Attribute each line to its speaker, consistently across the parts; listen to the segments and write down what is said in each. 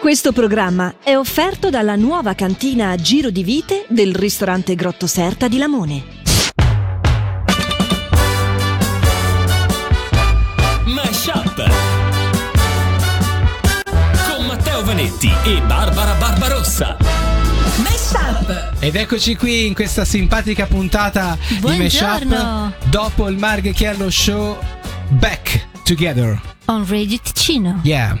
Speaker 1: Questo programma è offerto dalla nuova cantina a giro di vite del ristorante Grotto Serta di Lamone.
Speaker 2: Mashup con Matteo Vanetti e Barbara Barbarossa.
Speaker 3: Mashup!
Speaker 4: Ed eccoci qui in questa simpatica puntata di
Speaker 5: Buongiorno.
Speaker 4: Mashup dopo il Margherchiello Show Back Together.
Speaker 5: On Radio Ticino.
Speaker 4: Yeah.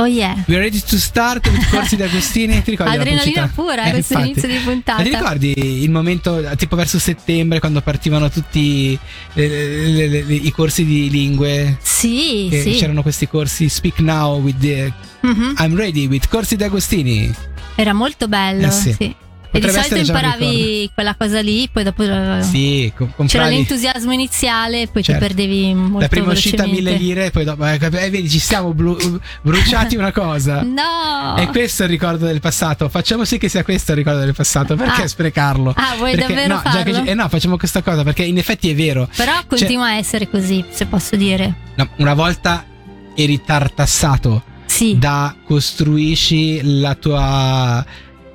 Speaker 5: Oh yeah.
Speaker 4: We're ready to start with Corsi d'Agostini. Ti ricordi la pubblicità? Eh,
Speaker 5: Adrenalina pura, questo
Speaker 4: infatti.
Speaker 5: inizio di puntata.
Speaker 4: Ma ti ricordi il momento, tipo verso settembre, quando partivano tutti eh, le- le- le- i corsi di lingue?
Speaker 5: Sì,
Speaker 4: Che
Speaker 5: sì.
Speaker 4: C'erano questi corsi Speak Now with the-
Speaker 5: Mhm.
Speaker 4: I'm Ready with Corsi d'Agostini.
Speaker 5: Era molto bello.
Speaker 4: Eh sì.
Speaker 5: sì. E di
Speaker 4: Potrebbe
Speaker 5: solito
Speaker 4: essere già un
Speaker 5: imparavi quella cosa lì, poi dopo eh,
Speaker 4: Sì, com-
Speaker 5: c'era
Speaker 4: compravi-
Speaker 5: l'entusiasmo iniziale, poi
Speaker 4: Certo.
Speaker 5: ti perdevi molto
Speaker 4: la prima uscita
Speaker 5: velocemente.
Speaker 4: mille lire e poi dopo eh, cap- eh, vedi ci siamo blu- bruciati una cosa
Speaker 5: No!
Speaker 4: E questo è il ricordo del passato. Facciamo sì che sia questo il ricordo del passato. Perché
Speaker 5: Ah.
Speaker 4: sprecarlo?
Speaker 5: Ah, vuoi
Speaker 4: Perché-
Speaker 5: davvero
Speaker 4: no, già che
Speaker 5: farlo?
Speaker 4: ci- eh cioè- no, facciamo questa cosa perché in effetti è vero.
Speaker 5: Però continua a essere così, se posso dire.
Speaker 4: No, una volta eri tartassato
Speaker 5: Sì.
Speaker 4: da costruisci la tua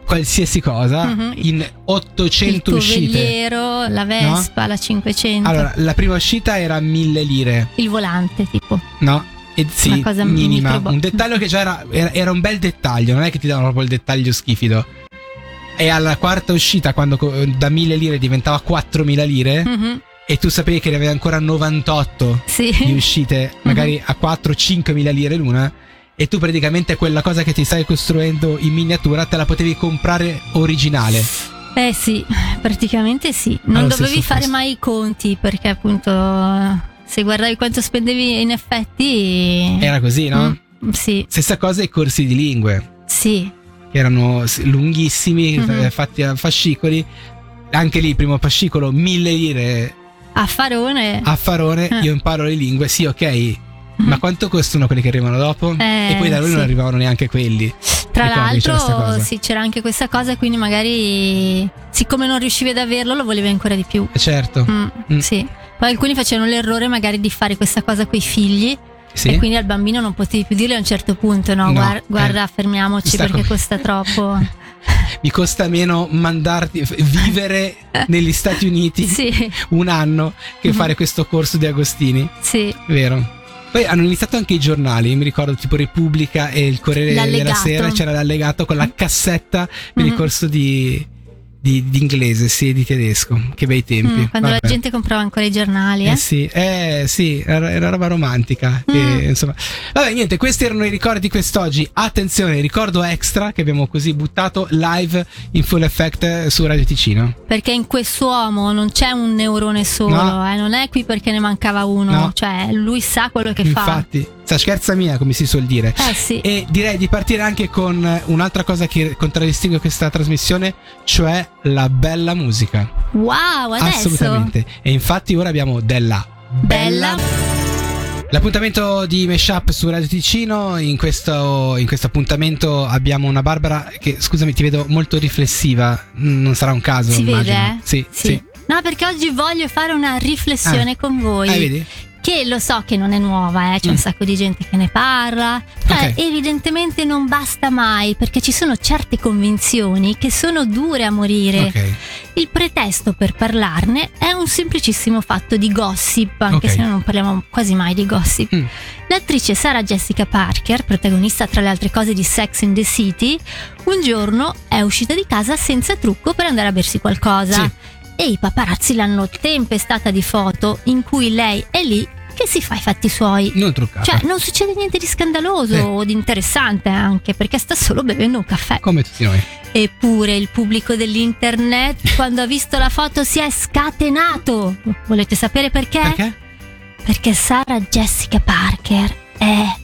Speaker 4: qualsiasi cosa
Speaker 5: Mhm.
Speaker 4: in
Speaker 5: il
Speaker 4: 800
Speaker 5: tuo
Speaker 4: uscite.
Speaker 5: veliero, la Vespa, la 500,
Speaker 4: Allora, la prima uscita era 1000 lire,
Speaker 5: il volante, tipo.
Speaker 4: no? E sì,
Speaker 5: Una cosa
Speaker 4: minima.
Speaker 5: microbo-
Speaker 4: Un dettaglio che già era, era, era un bel dettaglio, non è che ti davano proprio il dettaglio schifido. E alla quarta uscita, quando co- da 1000 lire diventava 4000 lire,
Speaker 5: Mhm,
Speaker 4: e tu sapevi che ne avevi ancora 98 di
Speaker 5: Sì.
Speaker 4: uscite, magari a 4-5 mila lire l'una, e tu praticamente quella cosa che ti stai costruendo in miniatura te la potevi comprare originale.
Speaker 5: Eh sì, praticamente sì. Non
Speaker 4: Allo
Speaker 5: dovevi
Speaker 4: stesso
Speaker 5: fare
Speaker 4: posto.
Speaker 5: mai i conti perché appunto se guardavi quanto spendevi in effetti...
Speaker 4: Era così, no?
Speaker 5: Mm, sì,
Speaker 4: Stessa cosa i corsi di lingue,
Speaker 5: sì.
Speaker 4: che erano s- lunghissimi,
Speaker 5: Mhm.
Speaker 4: eh, fatti a fascicoli. Anche lì, primo fascicolo, mille lire
Speaker 5: A Farone...
Speaker 4: a farone,
Speaker 5: Eh. Mm.
Speaker 4: io imparo le lingue, sì, ok. Ma quanto costano quelli che arrivano dopo?
Speaker 5: Eh,
Speaker 4: e poi da noi
Speaker 5: sì.
Speaker 4: non arrivavano neanche quelli. Eh,
Speaker 5: Tra
Speaker 4: ricordi c'era sta
Speaker 5: l'altro
Speaker 4: cosa?
Speaker 5: sì, c'era anche questa cosa, quindi magari siccome non riuscivi ad averlo lo volevi ancora di più.
Speaker 4: Eh, Certo.
Speaker 5: Mm,
Speaker 4: Mm.
Speaker 5: Sì. Poi alcuni facevano l'errore magari di fare questa cosa coi figli
Speaker 4: Sì.
Speaker 5: e quindi al bambino non potevi più dirle a un certo punto no,
Speaker 4: No,
Speaker 5: guar-
Speaker 4: eh,
Speaker 5: guarda fermiamoci
Speaker 4: sta
Speaker 5: perché
Speaker 4: com-
Speaker 5: costa troppo.
Speaker 4: mi costa meno mandarti f- vivere negli Stati Uniti
Speaker 5: sì,
Speaker 4: un anno che
Speaker 5: Mhm.
Speaker 4: fare questo corso di Agostini,
Speaker 5: sì.
Speaker 4: vero? Poi hanno iniziato anche i giornali, mi ricordo tipo Repubblica e il Corriere della
Speaker 5: L'allegato. Mm.
Speaker 4: Sera, c'era l'allegato con la cassetta per il
Speaker 5: Mhm.
Speaker 4: corso di, di- di inglese, sì, e di tedesco, che bei tempi.
Speaker 5: Mm, quando
Speaker 4: Vabbè.
Speaker 5: la gente comprava ancora i giornali, eh?
Speaker 4: Eh sì, eh sì, era era roba romantica. che,
Speaker 5: Mm.
Speaker 4: insomma. Vabbè, niente, questi erano i ricordi di quest'oggi. Attenzione, ricordo extra che abbiamo così buttato live in full effect eh, su Radio Ticino.
Speaker 5: Perché in quest'uomo non c'è un neurone solo,
Speaker 4: No.
Speaker 5: eh? non è qui perché ne mancava uno,
Speaker 4: No.
Speaker 5: cioè lui sa quello che
Speaker 4: Infatti, sta scherza mia, come si suol dire.
Speaker 5: fa. Eh sì,
Speaker 4: E direi di partire anche con eh, un'altra cosa che contraddistingue questa trasmissione, cioè la bella musica.
Speaker 5: wow, adesso
Speaker 4: Assolutamente. E infatti ora abbiamo della
Speaker 5: bella.
Speaker 4: L'appuntamento di Meshup su Radio Ticino, in questo, in questo appuntamento abbiamo una Barbara che, scusami, ti vedo molto riflessiva, Mm, non sarà un caso.
Speaker 5: Si
Speaker 4: immagino.
Speaker 5: vede? eh?
Speaker 4: Sì, sì.
Speaker 5: No, perché oggi voglio fare una riflessione con voi.
Speaker 4: Eh, vedi?
Speaker 5: Che lo so che non è nuova, eh, c'è
Speaker 4: Mm.
Speaker 5: un sacco di gente che ne parla. Però
Speaker 4: Ok.
Speaker 5: evidentemente non basta mai, perché ci sono certe convinzioni che sono dure a morire.
Speaker 4: Ok.
Speaker 5: Il pretesto per parlarne è un semplicissimo fatto di gossip, anche
Speaker 4: Ok.
Speaker 5: se noi non parliamo quasi mai di gossip.
Speaker 4: Mm.
Speaker 5: L'attrice Sarah Jessica Parker, protagonista tra le altre cose di Sex in the City, un giorno è uscita di casa senza trucco per andare a bersi qualcosa.
Speaker 4: Sì.
Speaker 5: E i paparazzi l'hanno tempestata di foto in cui lei è lì che si fa i fatti suoi.
Speaker 4: Non truccata.
Speaker 5: Cioè, non succede niente di scandaloso
Speaker 4: Ah. Sì.
Speaker 5: o di interessante anche, perché sta solo bevendo un caffè.
Speaker 4: Come tutti
Speaker 5: eh?
Speaker 4: noi.
Speaker 5: Eppure il pubblico dell'internet, quando ha visto la foto, si è scatenato. Volete sapere perché?
Speaker 4: Perché?
Speaker 5: Perché Sara Jessica Parker è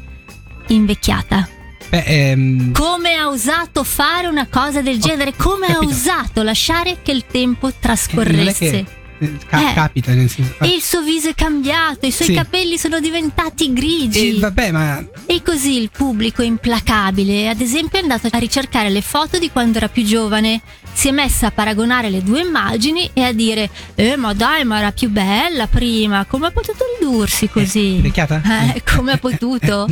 Speaker 5: invecchiata.
Speaker 4: Beh, ehm,
Speaker 5: Come ha osato fare una cosa del genere? Come ha
Speaker 4: capito.
Speaker 5: osato lasciare che il tempo
Speaker 4: non è
Speaker 5: trascorresse?
Speaker 4: che eh, ca-
Speaker 5: Eh.
Speaker 4: capita nel senso.
Speaker 5: E il suo viso è cambiato, i suoi
Speaker 4: Sì.
Speaker 5: capelli sono diventati grigi.
Speaker 4: Eh, vabbè, ma
Speaker 5: E così il pubblico implacabile, ad esempio, è andato a ricercare le foto di quando era più giovane. Si è messa a paragonare le due immagini e a dire: Eh, ma dai, ma era più bella prima, come ha potuto ridursi così?
Speaker 4: Invecchiata?
Speaker 5: Eh, come ha potuto?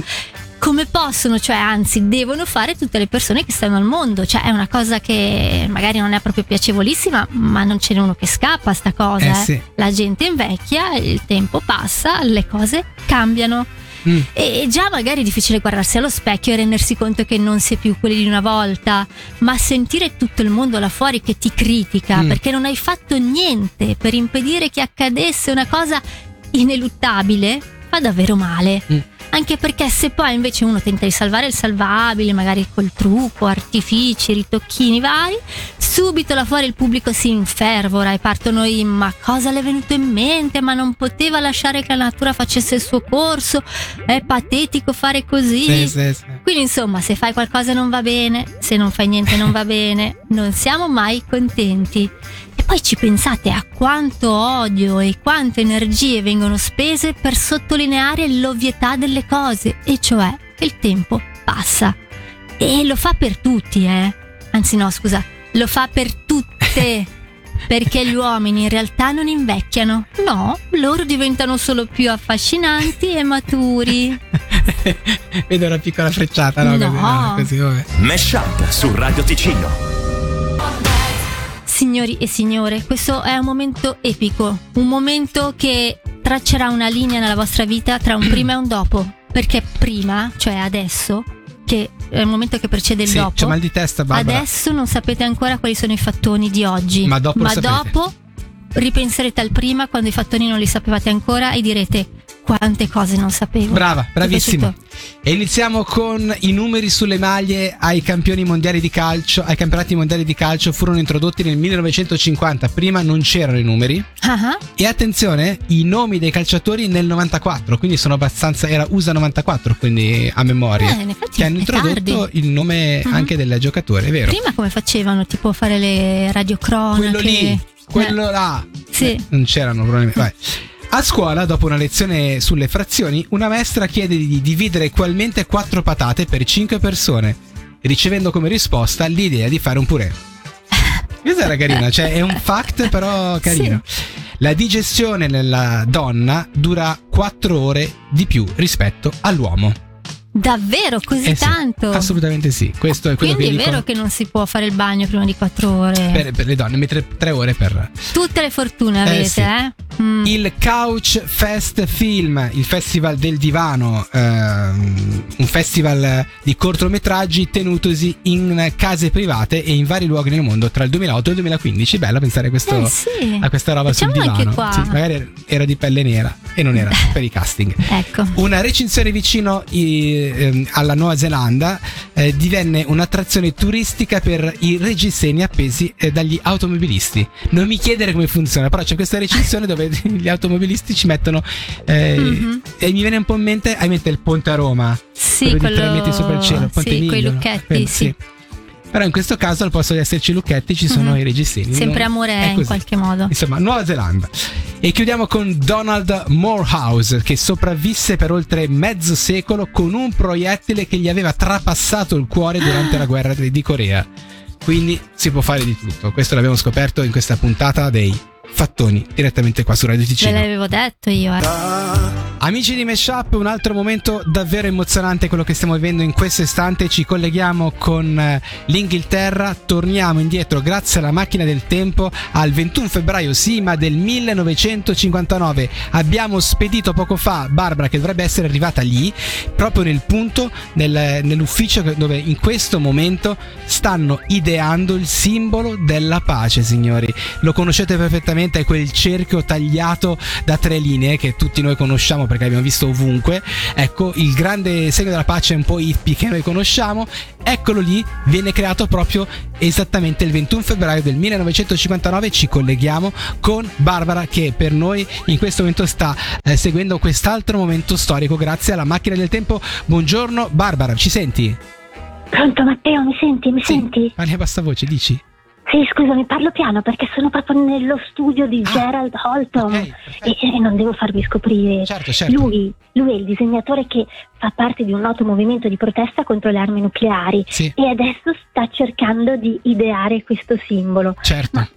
Speaker 5: come possono, cioè anzi devono fare tutte le persone che stanno al mondo, cioè è una cosa che magari non è proprio piacevolissima, ma non c'è uno che scappa a sta cosa.
Speaker 4: Eh,
Speaker 5: eh.
Speaker 4: sì.
Speaker 5: La gente invecchia, il tempo passa, le cose cambiano.
Speaker 4: Mm.
Speaker 5: E e già magari è difficile guardarsi allo specchio e rendersi conto che non sei più quelli di una volta, ma sentire tutto il mondo là fuori che ti critica
Speaker 4: Mm.
Speaker 5: perché non hai fatto niente per impedire che accadesse una cosa ineluttabile fa davvero male.
Speaker 4: Mm.
Speaker 5: Anche perché se poi invece uno tenta di salvare il salvabile, magari col trucco, artifici, ritocchini vari, subito là fuori il pubblico si infervora e partono i ma cosa le è venuto in mente, ma non poteva lasciare che la natura facesse il suo corso, è patetico fare così.
Speaker 4: Sì, sì, sì.
Speaker 5: Quindi insomma, se fai qualcosa non va bene, se non fai niente non va bene, non siamo mai contenti. E poi ci pensate a quanto odio e quante energie vengono spese per sottolineare l'ovvietà delle cose, e cioè che il tempo passa. E lo fa per tutti, eh. Anzi no, scusa, lo fa per tutte. Perché gli uomini in realtà non invecchiano. No, loro diventano solo più affascinanti e maturi.
Speaker 4: Vedo una piccola frecciata, no?
Speaker 5: No.
Speaker 4: Così, no, così, vabbè.
Speaker 2: Mesh Up su Radio Ticino.
Speaker 5: Signori e signore, questo è un momento epico, un momento che traccerà una linea nella vostra vita tra un prima e un dopo, perché prima, cioè adesso, che è il momento che precede il
Speaker 4: Sì,
Speaker 5: dopo,
Speaker 4: c'ho mal di testa, Barbara.
Speaker 5: adesso non sapete ancora quali sono i fattoni di oggi,
Speaker 4: Ma dopo lo sapete.
Speaker 5: dopo ripenserete al prima quando i fattoni non li sapevate ancora e direte quante cose non sapevo.
Speaker 4: Brava, bravissima.
Speaker 5: Ti è
Speaker 4: E iniziamo con i numeri sulle maglie ai campioni mondiali di calcio. Ai campionati mondiali di calcio furono introdotti nel 1950. Prima non c'erano i numeri.
Speaker 5: piaciuto? Ah ah.
Speaker 4: E attenzione, i nomi dei calciatori nel 94, quindi sono abbastanza. Era USA 94, quindi a memoria.
Speaker 5: Eh, in effetti
Speaker 4: che hanno
Speaker 5: è tardi.
Speaker 4: introdotto il nome
Speaker 5: Mhm.
Speaker 4: anche del giocatore, è vero?
Speaker 5: Prima come facevano? Tipo fare le radiocronache?
Speaker 4: quello lì, quello là.
Speaker 5: Sì.
Speaker 4: Eh, non c'erano problemi. Vai. A scuola, dopo una lezione sulle frazioni, una maestra chiede di dividere equalmente quattro patate per cinque persone, ricevendo come risposta l'idea di fare un purè. Questa era carina, cioè è un fact però carino. La digestione nella donna dura quattro ore di più rispetto all'uomo.
Speaker 5: Davvero così
Speaker 4: Eh sì,
Speaker 5: tanto?
Speaker 4: assolutamente sì, questo è quello
Speaker 5: Quindi
Speaker 4: che
Speaker 5: è vero
Speaker 4: dicono
Speaker 5: che non si può fare il bagno prima di 4 ore.
Speaker 4: per, per le donne, mentre tre ore per...
Speaker 5: Tutte le fortune
Speaker 4: Eh
Speaker 5: avete, eh?
Speaker 4: sì.
Speaker 5: Mm.
Speaker 4: Il Couch Fest Film, il festival del divano, ehm, un festival di cortometraggi tenutosi in case private e in vari luoghi nel mondo tra il 2008 e il 2015. Bella pensare a, questo-
Speaker 5: Eh sì.
Speaker 4: a questa roba sul
Speaker 5: Facciamolo
Speaker 4: divano.
Speaker 5: anche qua.
Speaker 4: Sì, magari era di pelle nera e non era per i casting.
Speaker 5: Ecco.
Speaker 4: Una recinzione vicino eh, ehm, alla Nuova Zelanda eh, divenne un'attrazione turistica per i reggiseni appesi eh, dagli automobilisti. Non mi chiedere come funziona, però c'è questa recinzione dove gli automobilisti ci mettono. eh,
Speaker 5: Mhm.
Speaker 4: E mi viene un po' in mente, hai in mente il ponte a Roma?
Speaker 5: Sì,
Speaker 4: quello di tre
Speaker 5: quello
Speaker 4: metri sopra il cielo, il ponte eh,
Speaker 5: Sì, coi
Speaker 4: Emilio, no?
Speaker 5: lucchetti,
Speaker 4: Quello,
Speaker 5: sì.
Speaker 4: Però in questo caso al posto di esserci i lucchetti ci sono
Speaker 5: Mhm.
Speaker 4: i reggiseni.
Speaker 5: Sempre
Speaker 4: Non-
Speaker 5: amore
Speaker 4: è
Speaker 5: in
Speaker 4: così.
Speaker 5: qualche modo.
Speaker 4: Insomma, Nuova Zelanda. E chiudiamo con Donald Morehouse, che sopravvisse per oltre mezzo secolo con un proiettile che gli aveva trapassato il cuore durante la guerra di di Corea. Quindi si può fare di tutto. Questo l'abbiamo scoperto in questa puntata dei fattoni, direttamente qua su Radio
Speaker 5: Ve
Speaker 4: Ticino.
Speaker 5: l'avevo detto io, eh.
Speaker 4: Amici di Meshup, un altro momento davvero emozionante quello che stiamo vivendo in questo istante. Ci colleghiamo con eh, l'Inghilterra, torniamo indietro grazie alla macchina del tempo al 21 febbraio, sì, ma del 1959. Abbiamo spedito poco fa Barbara che dovrebbe essere arrivata lì, proprio nel punto, nel- nell'ufficio che- dove in questo momento stanno ideando il simbolo della pace, signori. Lo conoscete perfettamente, è quel cerchio tagliato da tre linee che tutti noi conosciamo perché l'abbiamo visto ovunque. Ecco, il grande segno della pace è un po' hippie che noi conosciamo, eccolo lì, viene creato proprio esattamente il 21 febbraio del 1959. Ci colleghiamo con Barbara che per noi in questo momento sta eh, seguendo quest'altro momento storico grazie alla macchina del tempo. Buongiorno Barbara, ci senti?
Speaker 6: Pronto Matteo, mi senti? Mi senti?
Speaker 4: Parli a bassa voce, dici?
Speaker 6: Sì, scusami, parlo piano perché sono proprio nello studio di
Speaker 4: Ah,
Speaker 6: Gerald Holton
Speaker 4: ok,
Speaker 6: e,
Speaker 4: perfetto.
Speaker 6: e non devo farvi scoprire.
Speaker 4: Certo, certo.
Speaker 6: Eh, Lui, lui è il disegnatore che fa parte di un noto movimento di protesta contro le armi nucleari
Speaker 4: Sì,
Speaker 6: e adesso sta cercando di ideare questo simbolo.
Speaker 4: certo.
Speaker 6: Ma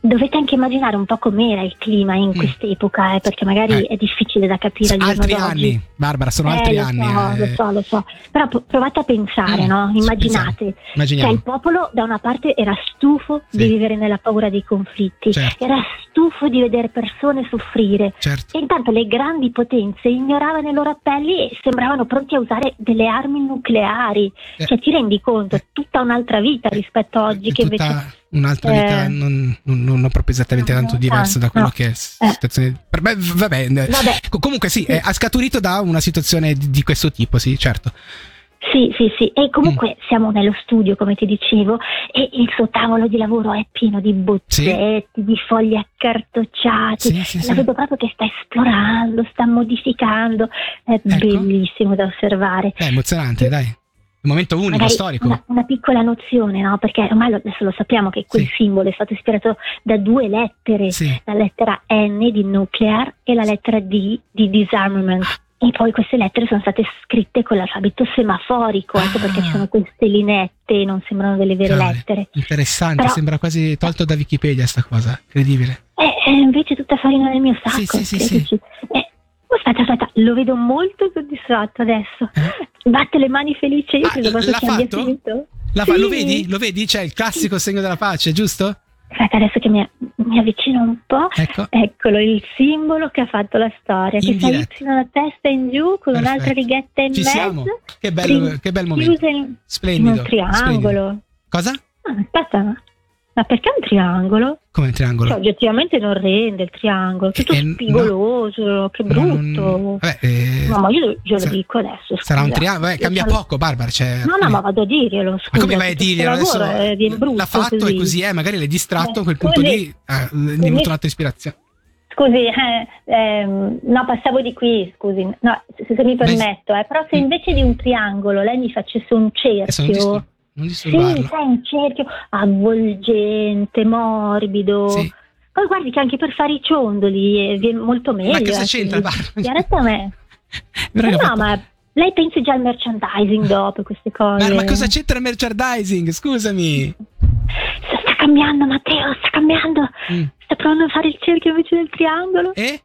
Speaker 6: Dovete anche immaginare un po' com'era il clima in quest'epoca, eh, perché magari
Speaker 4: Mm. Eh.
Speaker 6: è difficile da capire. al giorno
Speaker 4: altri
Speaker 6: d'oggi.
Speaker 4: anni, Barbara, sono altri
Speaker 6: Eh, lo
Speaker 4: anni.
Speaker 6: so,
Speaker 4: eh.
Speaker 6: Lo so, lo so. Però po- provate a pensare,
Speaker 4: Mm,
Speaker 6: no?
Speaker 4: sì,
Speaker 6: Immaginate. Cioè,
Speaker 4: Immaginiamo.
Speaker 6: il popolo da una parte era stufo
Speaker 4: Sì.
Speaker 6: di vivere nella paura dei conflitti,
Speaker 4: Certo.
Speaker 6: era stufo di vedere persone soffrire.
Speaker 4: Certo.
Speaker 6: E intanto le grandi potenze ignoravano i loro appelli e sembravano pronti a usare delle armi nucleari.
Speaker 4: Eh.
Speaker 6: Cioè, ti rendi conto, è tutta un'altra vita rispetto a oggi
Speaker 4: È
Speaker 6: che
Speaker 4: tutta
Speaker 6: invece
Speaker 4: un'altra vita,
Speaker 6: eh,
Speaker 4: non, non, non proprio esattamente
Speaker 6: no,
Speaker 4: tanto
Speaker 6: no,
Speaker 4: diversa da
Speaker 6: no.
Speaker 4: quello che è. s-
Speaker 6: Eh.
Speaker 4: situazione- per me, v- vabbè, eh,
Speaker 6: Vabbè.
Speaker 4: co- comunque sì,
Speaker 6: Sì.
Speaker 4: eh, ha scaturito da una situazione di, di questo tipo, sì, certo.
Speaker 6: Sì, sì, sì, e comunque
Speaker 4: Mm.
Speaker 6: siamo nello studio, come ti dicevo, e il suo tavolo di lavoro è pieno di bozzetti, di fogli accartocciati.
Speaker 4: Sì, sì,
Speaker 6: La
Speaker 4: sì.
Speaker 6: vedo proprio che sta esplorando, sta modificando, è
Speaker 4: Ecco.
Speaker 6: bellissimo da osservare.
Speaker 4: È emozionante, dai. Un momento unico,
Speaker 6: Magari
Speaker 4: storico.
Speaker 6: Una, una piccola nozione, no? Perché ormai lo- adesso lo sappiamo che quel
Speaker 4: Sì.
Speaker 6: simbolo è stato ispirato da due lettere,
Speaker 4: Sì.
Speaker 6: la lettera N di nuclear e la lettera D di disarmament. E poi queste lettere sono state scritte con l'alfabeto semaforico, ecco
Speaker 4: Ah.
Speaker 6: perché ci sono queste linette, non sembrano delle vere
Speaker 4: Chiaro.
Speaker 6: lettere.
Speaker 4: Interessante,
Speaker 6: Però-
Speaker 4: sembra quasi tolto da Wikipedia sta cosa, incredibile.
Speaker 6: E, e invece tutta farina nel mio sacco.
Speaker 4: Sì, sì, sì,
Speaker 6: credici. Eh, aspetta, aspetta, lo vedo molto soddisfatto adesso. Batte le mani felice, io
Speaker 4: Eh? Ah,
Speaker 6: credo proprio
Speaker 4: l'ha
Speaker 6: che abbia
Speaker 4: fatto?
Speaker 6: finito.
Speaker 4: La fa- Lo
Speaker 6: Sì.
Speaker 4: vedi? Lo vedi? Cioè C'è il classico segno della pace, giusto?
Speaker 6: Aspetta, adesso che mi, mi avvicino un po'.
Speaker 4: Ecco.
Speaker 6: Eccolo il simbolo che ha fatto la storia,
Speaker 4: In
Speaker 6: che
Speaker 4: diretta.
Speaker 6: salizzano la testa in giù con un'altra
Speaker 4: Perfetto.
Speaker 6: righetta in
Speaker 4: Ci
Speaker 6: mezzo.
Speaker 4: siamo. Che bello,
Speaker 6: Sì.
Speaker 4: che bel momento.
Speaker 6: chiusa in, in
Speaker 4: Splendido.
Speaker 6: un
Speaker 4: splendido.
Speaker 6: triangolo.
Speaker 4: Cosa?
Speaker 6: Ah, aspetta, ma, ma perché un triangolo?
Speaker 4: Come il triangolo?
Speaker 6: Cioè, oggettivamente non rende il triangolo, tutto
Speaker 4: Eh, no.
Speaker 6: spigoloso, che
Speaker 4: No,
Speaker 6: brutto.
Speaker 4: non- vabbè, eh,
Speaker 6: No, ma io, io
Speaker 4: sa-
Speaker 6: lo dico adesso.
Speaker 4: sarà un
Speaker 6: scusa.
Speaker 4: triangolo. Vabbè,
Speaker 6: Io
Speaker 4: cambia
Speaker 6: sono-
Speaker 4: poco, Barbara. Cioè,
Speaker 6: No, no, ma vado a dirglielo. Scusa,
Speaker 4: Ma come vai a
Speaker 6: perché
Speaker 4: dirglielo
Speaker 6: questo
Speaker 4: adesso?
Speaker 6: lavoro è bien brutto Eh,
Speaker 4: l'ha fatto e così è, magari l'hai distratto a quel punto
Speaker 6: Come
Speaker 4: lì, ah, gli è venuta un'altra ispirazione.
Speaker 6: Scusi, eh, ehm, no, passavo di qui, scusi, no, se, se mi permetto, eh, però se
Speaker 4: mm.
Speaker 6: invece di un triangolo lei mi facesse
Speaker 4: Eh,
Speaker 6: un
Speaker 4: Adesso non,
Speaker 6: cerchio,
Speaker 4: distur- non
Speaker 6: sì,
Speaker 4: disturbarla.
Speaker 6: sai, un cerchio avvolgente, morbido,
Speaker 4: Sì.
Speaker 6: poi guardi che anche per fare i ciondoli eh, viene molto meglio.
Speaker 4: Ma che cosa
Speaker 6: eh,
Speaker 4: c'entra,
Speaker 6: quindi-
Speaker 4: Barbara?
Speaker 6: Direttamente.
Speaker 4: Però
Speaker 6: No,
Speaker 4: l'ha
Speaker 6: no,
Speaker 4: fatto-
Speaker 6: ma lei pensi già al merchandising dopo queste cose.
Speaker 4: Ma, ma cosa c'entra il merchandising? Scusami.
Speaker 6: Sta cambiando Matteo, sta cambiando,
Speaker 4: Mm.
Speaker 6: sta provando a fare il cerchio invece del triangolo.
Speaker 4: E? Eh,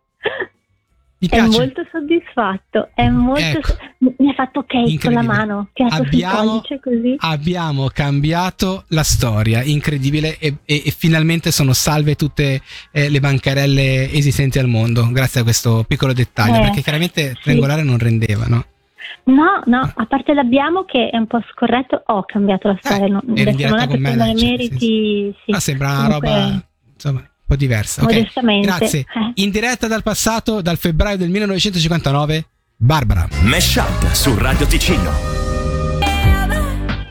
Speaker 4: Mi
Speaker 6: È
Speaker 4: piace.
Speaker 6: molto soddisfatto, è molto
Speaker 4: Ecco.
Speaker 6: so- mi- mi ha fatto ok con
Speaker 4: Incredibile.
Speaker 6: la mano, che ha fatto sul
Speaker 4: Abbiamo-
Speaker 6: pollice così.
Speaker 4: Abbiamo cambiato la storia, incredibile, e, e- e finalmente sono salve tutte eh, le bancarelle esistenti al mondo, grazie a questo piccolo dettaglio,
Speaker 6: Eh,
Speaker 4: perché chiaramente triangolare non rendeva, no?
Speaker 6: No, no, a parte l'abbiamo che è un po' scorretto, ho cambiato la storia,
Speaker 4: Eh,
Speaker 6: non,
Speaker 4: eri in
Speaker 6: adesso non
Speaker 4: diretta
Speaker 6: è
Speaker 4: con
Speaker 6: che
Speaker 4: me,
Speaker 6: sono
Speaker 4: dai,
Speaker 6: i
Speaker 4: cioè,
Speaker 6: meriti, sì,
Speaker 4: Ma Ah, sembra una
Speaker 6: Comunque-
Speaker 4: roba, insomma, un po' diversa. Ah, Ok,
Speaker 6: modestamente.
Speaker 4: grazie.
Speaker 6: Eh.
Speaker 4: In diretta dal passato, dal febbraio del 1959, Barbara.
Speaker 2: Mesh Up su Radio Ticino.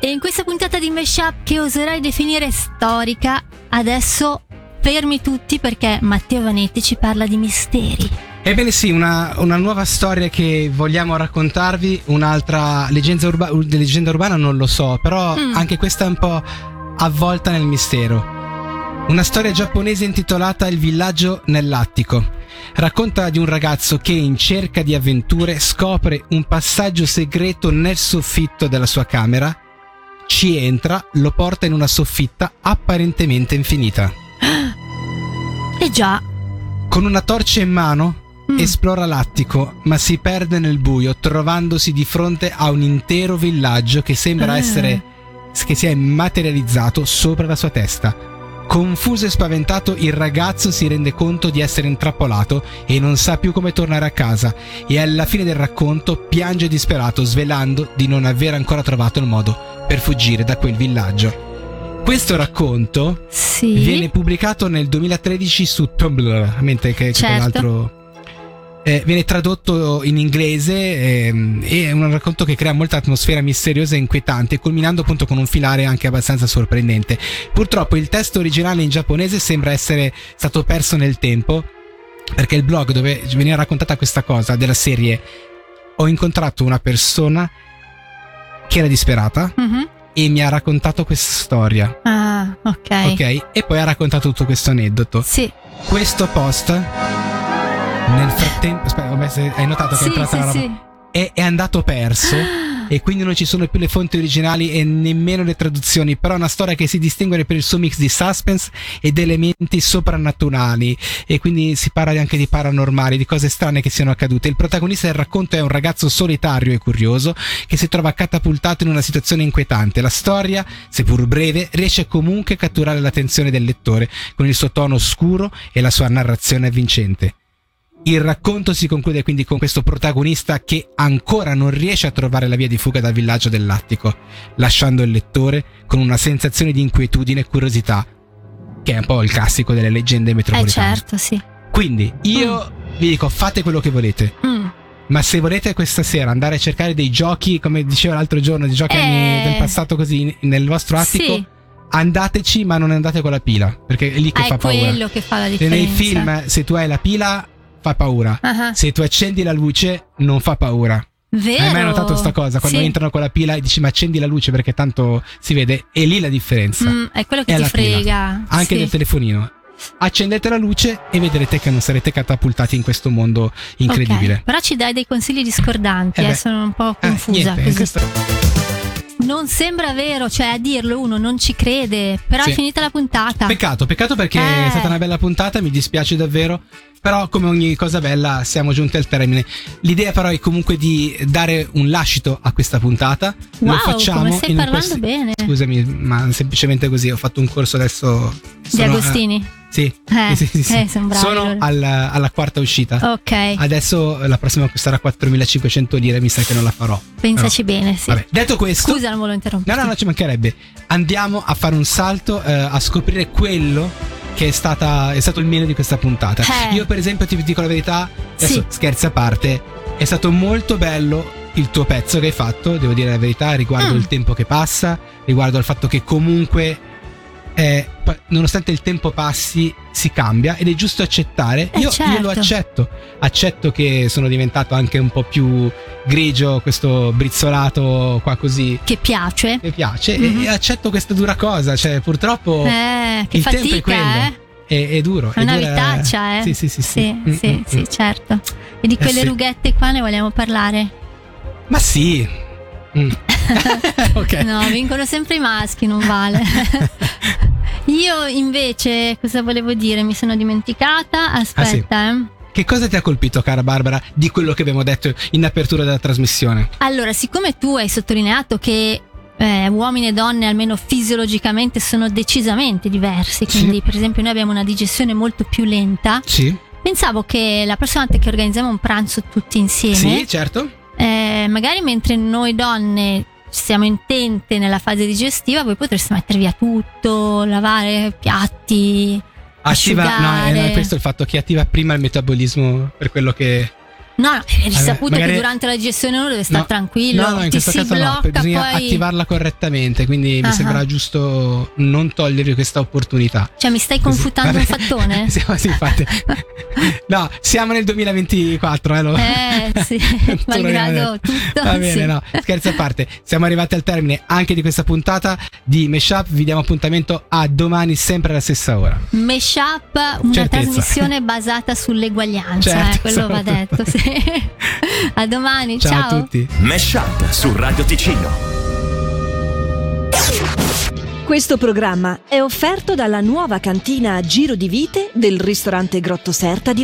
Speaker 5: E in questa puntata di Meshup che oserei definire storica, adesso fermi tutti perché Matteo Vanetti ci parla di misteri.
Speaker 4: Ebbene sì, una, una nuova storia che vogliamo raccontarvi, un'altra leggenda, urba- ur- leggenda urbana non lo so, però
Speaker 5: Mm.
Speaker 4: anche questa è un po' avvolta nel mistero. Una storia giapponese intitolata Il villaggio nell'attico. Racconta di un ragazzo che in cerca di avventure scopre un passaggio segreto nel soffitto della sua camera, ci entra, lo porta in una soffitta apparentemente infinita.
Speaker 5: E già,
Speaker 4: Con una torcia in mano
Speaker 5: mm,
Speaker 4: Esplora l'attico, ma si perde nel buio, trovandosi di fronte a un intero villaggio che sembra
Speaker 5: Ah.
Speaker 4: essere che si è materializzato sopra la sua testa. Confuso e spaventato, il ragazzo si rende conto di essere intrappolato e non sa più come tornare a casa e alla fine del racconto piange disperato, svelando di non aver ancora trovato il modo per fuggire da quel villaggio. Questo racconto
Speaker 5: sì.
Speaker 4: Viene pubblicato nel 2013 su Tumblr, mentre che, che
Speaker 5: Certo.
Speaker 4: quell'altro- eh, viene tradotto in inglese ehm, e è un racconto che crea molta atmosfera misteriosa e inquietante, culminando appunto con un filare anche abbastanza sorprendente. Purtroppo il testo originale in giapponese sembra essere stato perso nel tempo, perché il blog dove veniva raccontata questa cosa della serie ho incontrato una persona che era disperata
Speaker 5: Mhm.
Speaker 4: e mi ha raccontato questa storia.
Speaker 5: Ah, ok.
Speaker 4: Ok, e poi ha raccontato tutto questo aneddoto.
Speaker 5: Sì,
Speaker 4: Questo post, nel frattempo, aspetta, vabbè, se- hai notato che è
Speaker 5: sì, Eh,
Speaker 4: entrata
Speaker 5: sì,
Speaker 4: la roba?
Speaker 5: sì.
Speaker 4: È, è andato perso. e quindi non ci sono più le fonti originali e nemmeno le traduzioni, però è una storia che si distingue per il suo mix di suspense ed elementi soprannaturali e quindi si parla anche di paranormali, di cose strane che siano accadute. Il protagonista del racconto è un ragazzo solitario e curioso che si trova catapultato in una situazione inquietante. La storia, seppur breve, riesce comunque a catturare l'attenzione del lettore con il suo tono scuro e la sua narrazione avvincente. Il racconto si conclude quindi con questo protagonista che ancora non riesce a trovare la via di fuga dal villaggio dell'Attico, lasciando il lettore con una sensazione di inquietudine e curiosità, che è un po' il classico delle leggende
Speaker 5: Eh
Speaker 4: metropolitane.
Speaker 5: certo, sì.
Speaker 4: Quindi io vi dico fate quello che volete,
Speaker 5: Mm.
Speaker 4: ma se volete questa sera andare a cercare dei giochi, come dicevo l'altro giorno, dei giochi
Speaker 5: Eh.
Speaker 4: anni- del passato così in- nel vostro attico,
Speaker 5: Sì,
Speaker 4: andateci ma non andate con la pila, perché è lì che
Speaker 5: Ah, è
Speaker 4: fa paura.
Speaker 5: quello che fa la
Speaker 4: Se
Speaker 5: differenza.
Speaker 4: nei film se tu hai la pila fa paura,
Speaker 5: Ah, ah.
Speaker 4: se tu accendi la luce non fa paura.
Speaker 5: Vero.
Speaker 4: Hai mai notato sta cosa? Quando
Speaker 5: Sì.
Speaker 4: entrano con la pila e dici ma accendi la luce perché tanto si vede, è lì la differenza.
Speaker 5: Mm, è quello che
Speaker 4: È
Speaker 5: ti
Speaker 4: alla fila.
Speaker 5: frega.
Speaker 4: Anche
Speaker 5: sì.
Speaker 4: del telefonino. Accendete la luce e vedrete che non sarete catapultati in questo mondo incredibile.
Speaker 5: Ok, Però ci dai dei consigli discordanti,
Speaker 4: Eh
Speaker 5: eh,
Speaker 4: beh.
Speaker 5: sono un po'
Speaker 4: Eh,
Speaker 5: confusa.
Speaker 4: niente,
Speaker 5: così.
Speaker 4: questo-
Speaker 5: Non sembra vero, cioè a dirlo uno non ci crede, però
Speaker 4: Sì.
Speaker 5: è finita la puntata.
Speaker 4: Peccato, peccato perché
Speaker 5: Eh.
Speaker 4: è stata una bella puntata, mi dispiace davvero. Però, come ogni cosa bella, siamo giunti al termine. L'idea, però, è comunque di dare un lascito a questa puntata.
Speaker 5: wow,
Speaker 4: Lo facciamo
Speaker 5: come stai
Speaker 4: in un
Speaker 5: parlando
Speaker 4: qualsi-
Speaker 5: bene.
Speaker 4: Scusami, ma semplicemente così. Ho fatto un corso adesso.
Speaker 5: Di
Speaker 4: sono-
Speaker 5: Agostini.
Speaker 4: Sì,
Speaker 5: Eh,
Speaker 4: sì, sì, sì.
Speaker 5: eh, sono bravi
Speaker 4: sono
Speaker 5: loro.
Speaker 4: al- alla quarta uscita.
Speaker 5: Ok,
Speaker 4: Adesso la prossima costerà 4.500 lire, mi sa che non la farò.
Speaker 5: pensaci bene, sì.
Speaker 4: Vabbè, detto questo,
Speaker 5: Scusa, non volevo
Speaker 4: no,
Speaker 5: interrompere.
Speaker 4: no, no, ci mancherebbe. Andiamo a fare un salto eh, a scoprire quello che è, stata, è stato il meno di questa puntata.
Speaker 5: Eh.
Speaker 4: Io, per esempio, ti dico la verità, adesso
Speaker 5: Sì.
Speaker 4: scherzi a parte, è stato molto bello il tuo pezzo che hai fatto, devo dire la verità, riguardo
Speaker 5: Mm.
Speaker 4: il tempo che passa, riguardo al fatto che comunque. eh, pa- nonostante il tempo passi, si cambia ed è giusto accettare.
Speaker 5: Eh,
Speaker 4: io, io
Speaker 5: certo.
Speaker 4: lo accetto. Accetto che sono diventato anche un po' più grigio, questo brizzolato qua così
Speaker 5: Che piace.
Speaker 4: mi piace
Speaker 5: Mhm.
Speaker 4: e accetto questa dura cosa, cioè purtroppo
Speaker 5: Eh, che
Speaker 4: il tempo è quello.
Speaker 5: fatica, eh.
Speaker 4: è, è duro.
Speaker 5: È una
Speaker 4: dura-
Speaker 5: vitaccia, eh.
Speaker 4: Sì, sì, sì.
Speaker 5: Sì,
Speaker 4: Mm,
Speaker 5: sì,
Speaker 4: mm,
Speaker 5: sì,
Speaker 4: mm.
Speaker 5: certo. E di
Speaker 4: Eh,
Speaker 5: quelle
Speaker 4: sì.
Speaker 5: rughette qua ne vogliamo parlare.
Speaker 4: Ma sì. Mm. ok.
Speaker 5: No, vincono sempre i maschi, non vale. Io invece, cosa volevo dire? Mi sono dimenticata. Aspetta,
Speaker 4: Ah, sì.
Speaker 5: eh.
Speaker 4: Che cosa ti ha colpito, cara Barbara, di quello che abbiamo detto in apertura della trasmissione?
Speaker 5: Allora, siccome tu hai sottolineato che eh, uomini e donne, almeno fisiologicamente, sono decisamente diversi,
Speaker 4: Sì.
Speaker 5: quindi per esempio noi abbiamo una digestione molto più lenta,
Speaker 4: Sì.
Speaker 5: pensavo che la prossima volta che organizziamo un pranzo tutti insieme,
Speaker 4: Sì, certo.
Speaker 5: eh, magari mentre noi donne siamo intente nella fase digestiva, voi potreste mettere via tutto, lavare piatti.
Speaker 4: Attiva, no,
Speaker 5: Asciugare.
Speaker 4: è- è questo il fatto che attiva prima il metabolismo per quello che
Speaker 5: No, no, è risaputo
Speaker 4: magari-
Speaker 5: che durante la digestione uno deve stare
Speaker 4: No.
Speaker 5: tranquillo,
Speaker 4: no, no, in
Speaker 5: ti
Speaker 4: questo
Speaker 5: si
Speaker 4: caso no,
Speaker 5: blocca
Speaker 4: bisogna
Speaker 5: poi...
Speaker 4: attivarla correttamente, quindi mi
Speaker 5: Ah.
Speaker 4: sembra giusto non togliervi questa opportunità.
Speaker 5: Cioè mi stai
Speaker 4: Così.
Speaker 5: confutando un
Speaker 4: Vabbè.
Speaker 5: fattone?
Speaker 4: siamo, sì, infatti. no, siamo nel 2024, eh, lo-
Speaker 5: Eh, sì,
Speaker 4: Tu
Speaker 5: malgrado
Speaker 4: l'hai detto.
Speaker 5: tutto,
Speaker 4: Va bene,
Speaker 5: sì.
Speaker 4: no, scherzi a parte. Siamo arrivati al termine anche di questa puntata di Meshup. Vi diamo appuntamento a domani sempre alla stessa ora.
Speaker 5: Meshup, una
Speaker 4: Certezza.
Speaker 5: trasmissione basata sull'eguaglianza,
Speaker 4: Certo,
Speaker 5: eh, quello va detto.
Speaker 4: soprattutto.
Speaker 5: Sì. A domani,
Speaker 4: Ciao,
Speaker 5: ciao.
Speaker 4: a tutti.
Speaker 2: Mesh Up su Radio Ticino.
Speaker 1: Questo programma è offerto dalla nuova cantina Giro di Vite del ristorante Grotto Serta di